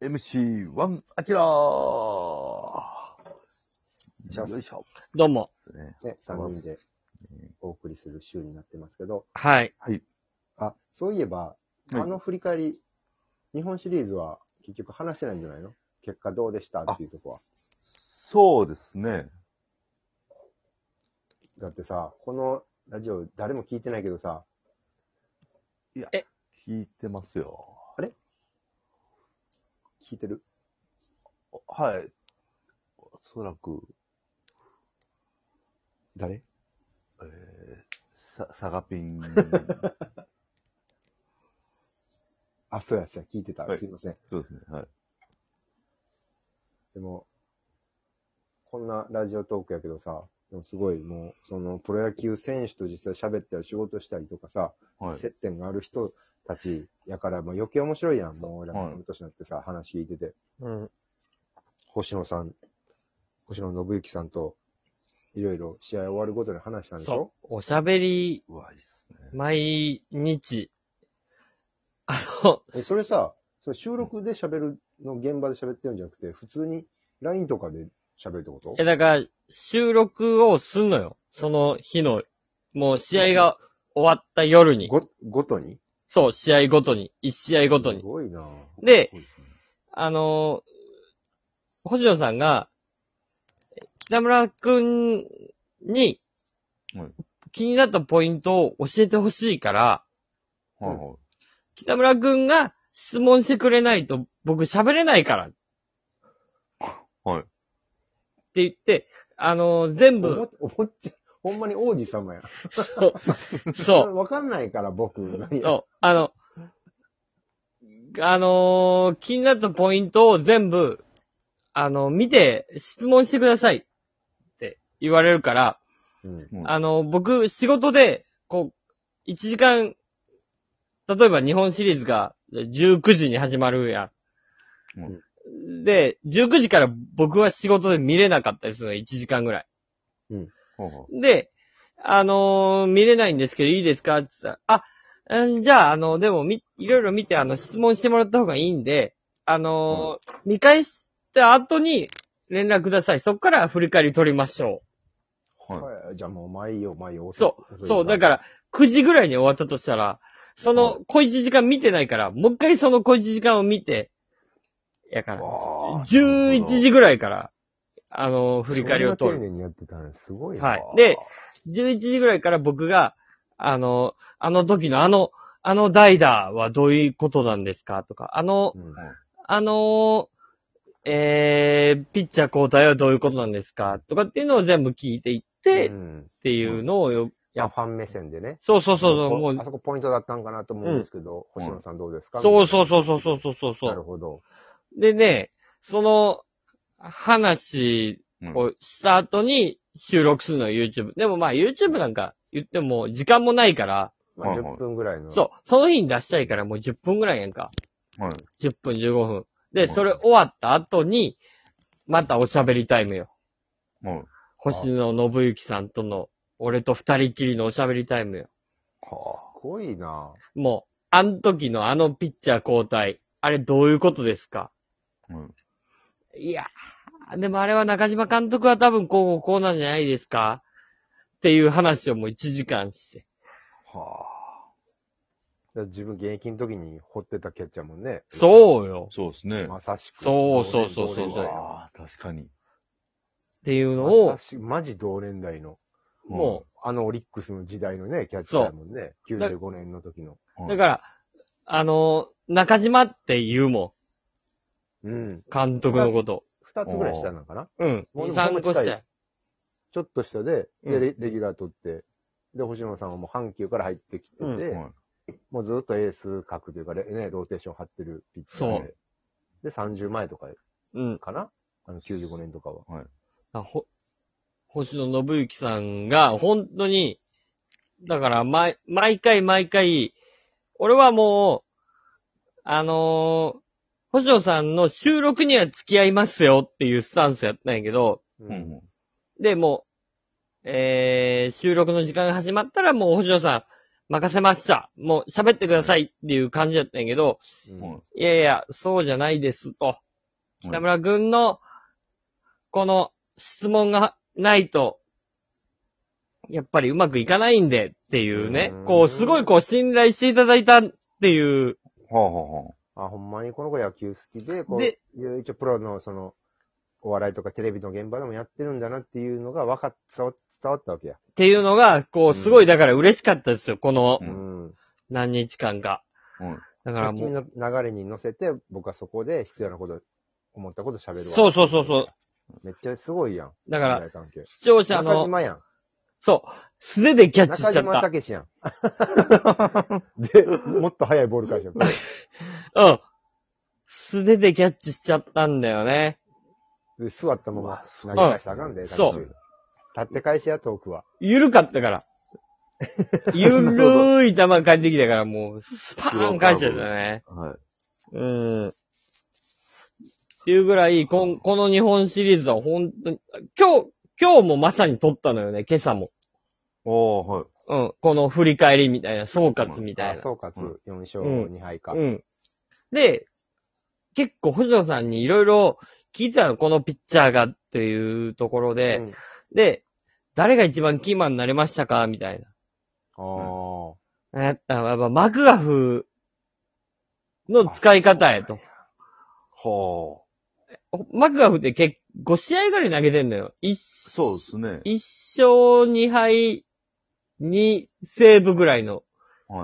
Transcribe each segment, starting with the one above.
4MC1 アキラーよいしょ。どうも。ねね、そう3で人すでお送りする週になってますけど、はい。あ、そういえば、はいあの振り返り、日本シリーズは結局話してないんじゃないの結果どうでしたっていうとこは。そうですね。だってさ、このラジオ誰も聞いてないけどさ、聞いてますよ。聞いてるはい。おそらく、え誰ー、さ、サガピン。あ、そうや、そうや、聞いてた。はいすいません。そうですね。はい。でも、こんなラジオトークやけどさ、でもすごいもう、そのプロ野球選手と実際喋ったり仕事したりとかさ、はい。接点がある人たちやから、まあ、余計面白いやん。もう俺らはいもこの年になってさ、話聞いてて。うん。星野さん、星野信之さんと、いろいろ試合終わるごとに話したんでしょそう。おしゃべり、うわ、いいっすね。毎日。あの、え、それさ、それ収録で喋るの現場で喋ってるんじゃなくて、普通に LINE とかで喋るってことえ、だから、収録をすんのよ。その日の、もう試合が終わった夜に。ご、ごとにそう、試合ごとに。一試合ごとにす。ごいなぁでそうですねあのー、星野さんが、北村くんにはい、気になったポイントを教えてほしいから、はいはい。北村くんが質問してくれないと僕喋れないから。はいって言って、あのー全思部っ、思っちゃ、ほんまに王子様や。そう、わかんないから、僕。何やそう、あの、あのー気になったポイントを全部、あの、見て質問してくださいって言われるから、うん。うんあの、僕、仕事で、こう、1時間、例えば日本シリーズが19時に始まるやん。で、19時から僕は仕事で見れなかったりするの、1時間ぐらい。はいはい。で、あのー見れないんですけどいいですかって言ったら、あ、うんじゃあ、あの、でもみ、いろいろ見て、あの、質問してもらった方がいいんで、あのー見返した後に連絡ください。そこから振り返り取りましょう。はい。はいじゃあもう、毎夜、毎夜。そ遅う、いそう、だから、9時ぐらいに終わったとしたら、その、小一時間見てないから、もう一回その小一時間を見て、やから、わあ11時ぐらいから、あの、振り返りを取そんなる。丁寧にやってたのすごいな。はいで、11時ぐらいから僕が、あの、あの時のあの、あの代打はどういうことなんですかとか、あのう、んあの、えー、ピッチャー交代はどういうことなんですかとかっていうのを全部聞いていって、うっん、ていうのをよ、いや、ファン目線でね。そうそうそうそう、こもうあ、そこポイントだったんかなと思うんですけど、うん星野さんどうですかそうそうそうそうそううそうそうなるほど。でね、その話うんをした後に収録するのよ YouTube。でもまあ YouTube なんか言っても時間もないから、まはあ、いはい10分ぐらいの。そう、その日に出したいからもう10分ぐらいやんか。はい。 10分15分。うで、んそれ終わった後に、またおしゃべりタイムよ。はい。星野信之さんとの、俺と二人きりのおしゃべりタイムよ。はすごいなもう、あの時のあのピッチャー交代、あれどういうことですかあ。うん。いや、でもあれは中島監督は多分こう、こうなんじゃないですかっていう話をもう1時間して。はだから自分現役の時に掘ってたキャッチャーもんね。そうよあ。。そうですね。まさしく。そうそうそうそ同う年代のああ、確かに。っていうのまをさ、しマジ同年代の。もあのオリックスの時代のね、キャッチャーやもんね。95年の時の。うう、ん、だから、あの、中島って言うもうん。ん。監督のこと。二つぐらい下なのかなうん。もう2、でも3個ほんまし近てい。ちょっと下で、うで、んレレギュラー取って、で、星野さんはもう阪急から入ってきてて、うんらはい。もうずっとエース格というか、レね、ローテーション張ってるピッチャーで。で、30前とかうん。かなあの、95年とかは。あほ星野信之さんが、本当に、だから、毎、毎回毎回、俺はもう、あのー星野さんの収録には付き合いますよっていうスタンスやったんやけど、ううんうん。で、もう、えー、収録の時間が始まったらもう星野さん、任せました。もう喋ってくださいっていう感じだったんやけど、うん。いやいや、そうじゃないですと。北村くんの、この質問がないと、やっぱりうまくいかないんでっていうねうん、こう、すごいこう、信頼していただいたっていう、はあはあ、ほんまにこの子野球好きで、こでう、いう一応プロの、その、お笑いとかテレビの現場でもやってるんだなっていうのが分かっ、伝わ伝わったわけや。っていうのが、こう、すごいだから嬉しかったですよ、このううんん。何日間か。あはあ。うん。だからも君う、の流れに乗せて、僕はそこで必要なこと、思ったこと喋るわ。そうそうそうそう。めっちゃすごいやん。だから信頼関係視聴者中の、島やん。そう、素手でキャッチし中ちゃっ島た。たけしやん。 で、もっと速いボール返しちゃった。うん。素手でキャッチしちゃったんだよね。で座ったまま投げ返したらあかんで、そう高橋立って返しや、トークは。ゆるかったから。 ゆるい球が返ってきたから、もう、スパーン返しちゃったね。はい。うん。っていうぐらい、こん、この日本シリーズは本当に、今日、今日もまさに撮ったのよね、今朝も。おー、はい。うん。この振り返りみたいな、総括みたいあ、な。総括うん4勝2敗か。うん。で、結構星野さんにいろいろ聞いてたの、このピッチャーがっていうところで、うんで、誰が一番キーマンになれましたかみたいあーな。やっぱ、やっぱマクガフの使い方やと。はあ。マクガフって結5試合ぐらい投げてんのよ。一そうですね。一勝2敗2セーブぐらいの。はい。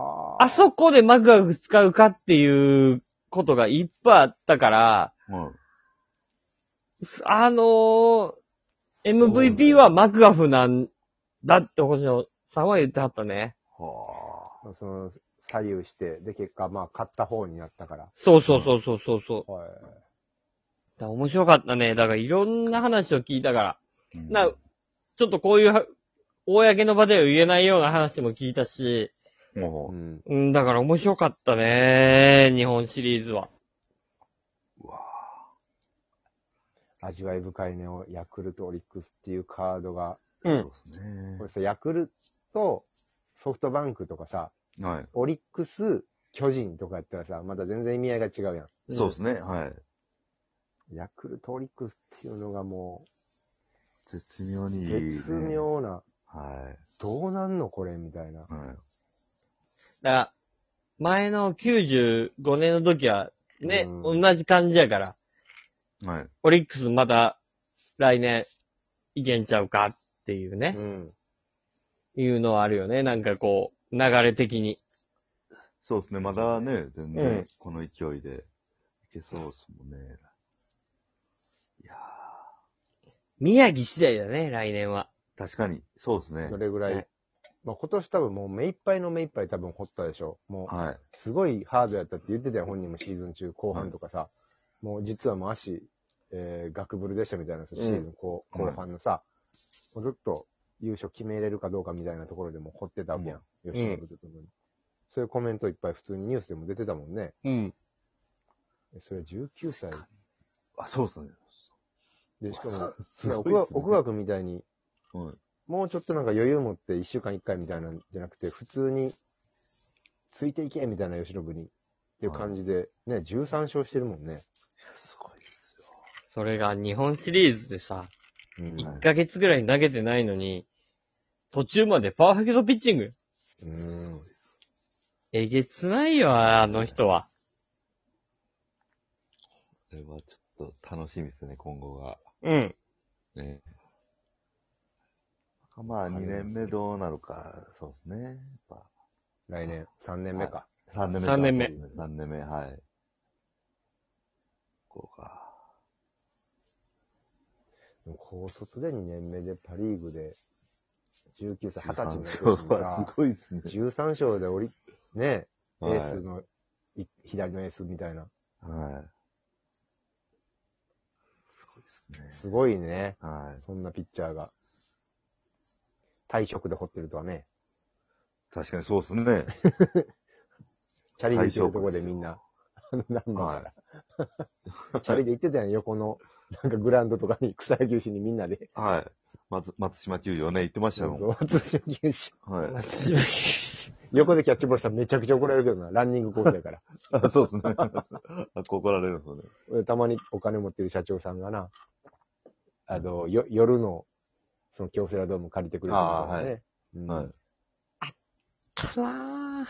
はあ。あそこでマクガフ使うかっていうことがいっぱいあったから、はい。あのー、MVP はマクガフなんだって星野さんは言ってはったね。はその、左右して、で、結果、まあ、勝った方になったから。そうそうそうそうそうそう。はい。だから面白かったね。だからいろんな話を聞いたから、あ。なうんちょっとこういうは、公の場では言えないような話も聞いたし、おうーん。うん、だから面白かったね。日本シリーズは。味わい深いね、ヤクルト、オリックスっていうカードが。うそんう。ですねこれ。さ、ヤクルト、ソフトバンクとかさ、はい。オリックス、巨人とかやったらさ、また全然意味合いが違うやそうですね。はい。ん。ヤクルト、オリックスっていうのがも絶妙にう、いいね。絶妙な、はどうなんのこれみたいな。い。はい。だから、前の95年の時は、ね、うん同じ感じやから、はい。オリックスまた来年いけんちゃうかっていうね、うん。いうのはあるよね。なんかこう、流れ的に。そうですね。まだね、全うん然この勢いでいけそうですもんね。いや宮城次第だね、来年は。ー確かに、そうですねど。れぐらはいい。まあ、今年多分もう目いっぱいの目いっぱい多分掘ったでしょ。もう、はい。すごいハードやったって言ってたよ、本人もシーズン中、後半とかさ。もう実はもう足、えー、ガクブルでしたみたいなさ、シうんーズン後,、はい後半のさ、もうずっと優勝決めれるかどうかみたいなところでも掘ってたわけやん。吉野部ともに。そういうコメントいっぱい普通にニュースでも出てたもんね。うん。それは19歳。あ、そうですね。で、しかも、すごい奥っ川すね奥川君みたいに、はい。もうちょっとなんか余裕持って1週間1回みたいなんじゃなくて、普通に、ついていけみたいな吉野部に。っていう感じで、ね、13勝してるもんね。すごいですよ。それが日本シリーズでさ、うんはい1ヶ月ぐらい投げてないのに、途中までパーフェクトピッチング。うん。えげつないよ、あの人は。これはちょっと楽しみですね、今後が。うん。ね。まあ、2年目どうなるか、そうですね。やっぱ来年、3年目か。 3年目三年目3年目、はい。こうか。でも高卒で2年目でパリーグで、19歳、20歳の時13に勝はすさ、ごいですね。 13勝でオリ、ね、エはいースの、い左のエースみたいな。はい。すごいですね。すごいね。はい。そんなピッチャーが。退職で掘ってるとはね。確かにそうですね。チャリで行ってるとこでみんな、あのなんはかい、。チャリで行ってたやん、横の、なんかグラウンドとかに草野球しにみんなで。 はい。松松島球場ね、行ってましたもん。松島球場。はい。松島球横でキャッチボールしたらめちゃくちゃ怒られるけどな、ランニングコースだから。あそうですね。 あ怒られるのね。俺たまにお金持ってる社長さんがな、あの、よ夜の、その京セラドーム借りてくれたんだよね。はい。場。な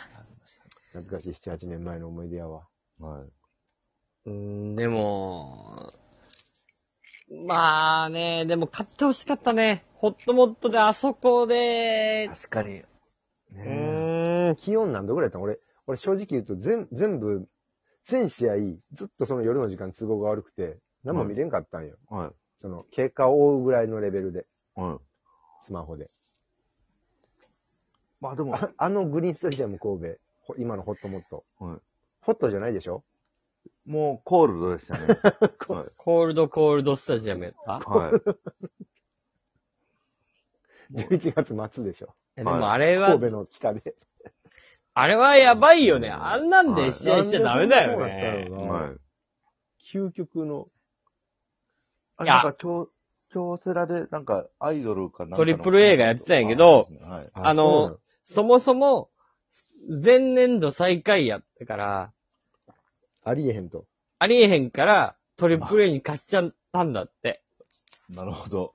懐かしい7、8年前の思い出やわ。はい。うん、でも、まあね、でも買ってほしかったね。ホットモットであそこで、確かに。うねーん、気温何度ぐらいやったの俺、俺正直言うと全、全部、全試合、ずっとその夜の時間都合が悪くて、何も見れんかったんよ。はその、経過を追うぐらいのレベルで、い。はい。スマホで。まあでも、ああのグリーンスタジアム神戸、ほ今のホットモット。はいホットじゃないでしょもうコールドでした ね。はい。コールドコールドスタジアムやったはい。 ?11 月末でしょえでもあれは、神戸の北で。あれはやばいよね。うんあんなんで試合しちゃダメだよね。はい。究極の。あ、いやなんか、京、京セラで、なんか、アイドルかなんかの。トリプル A がやってたんやけどはい。あのそもそも、前年度最下位やったから、ありえへんと。ありえへんから、トリプル A に貸しちゃったんだって。なるほど。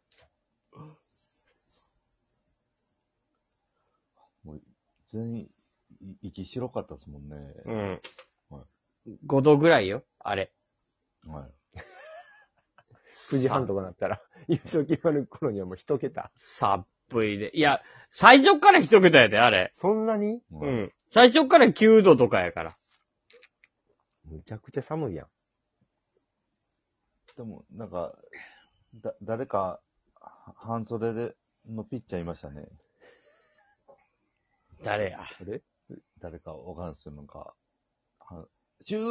もう、全員、い息白かったですもんね。うんは。 5度ぐらいよ、あれ。はい。 9時半とかな ったら、優勝決まる頃にはもう一桁。寒いで。いや、最初から一桁やで、あれ。そんなにうはい。ん。最初から9度とかやから。むちゃくちゃ寒いやん。でも、なんか、だ、誰か、は半袖で、のピッチャーいましたね。誰や。あれ誰かわかんないですよ、なんか。はシュー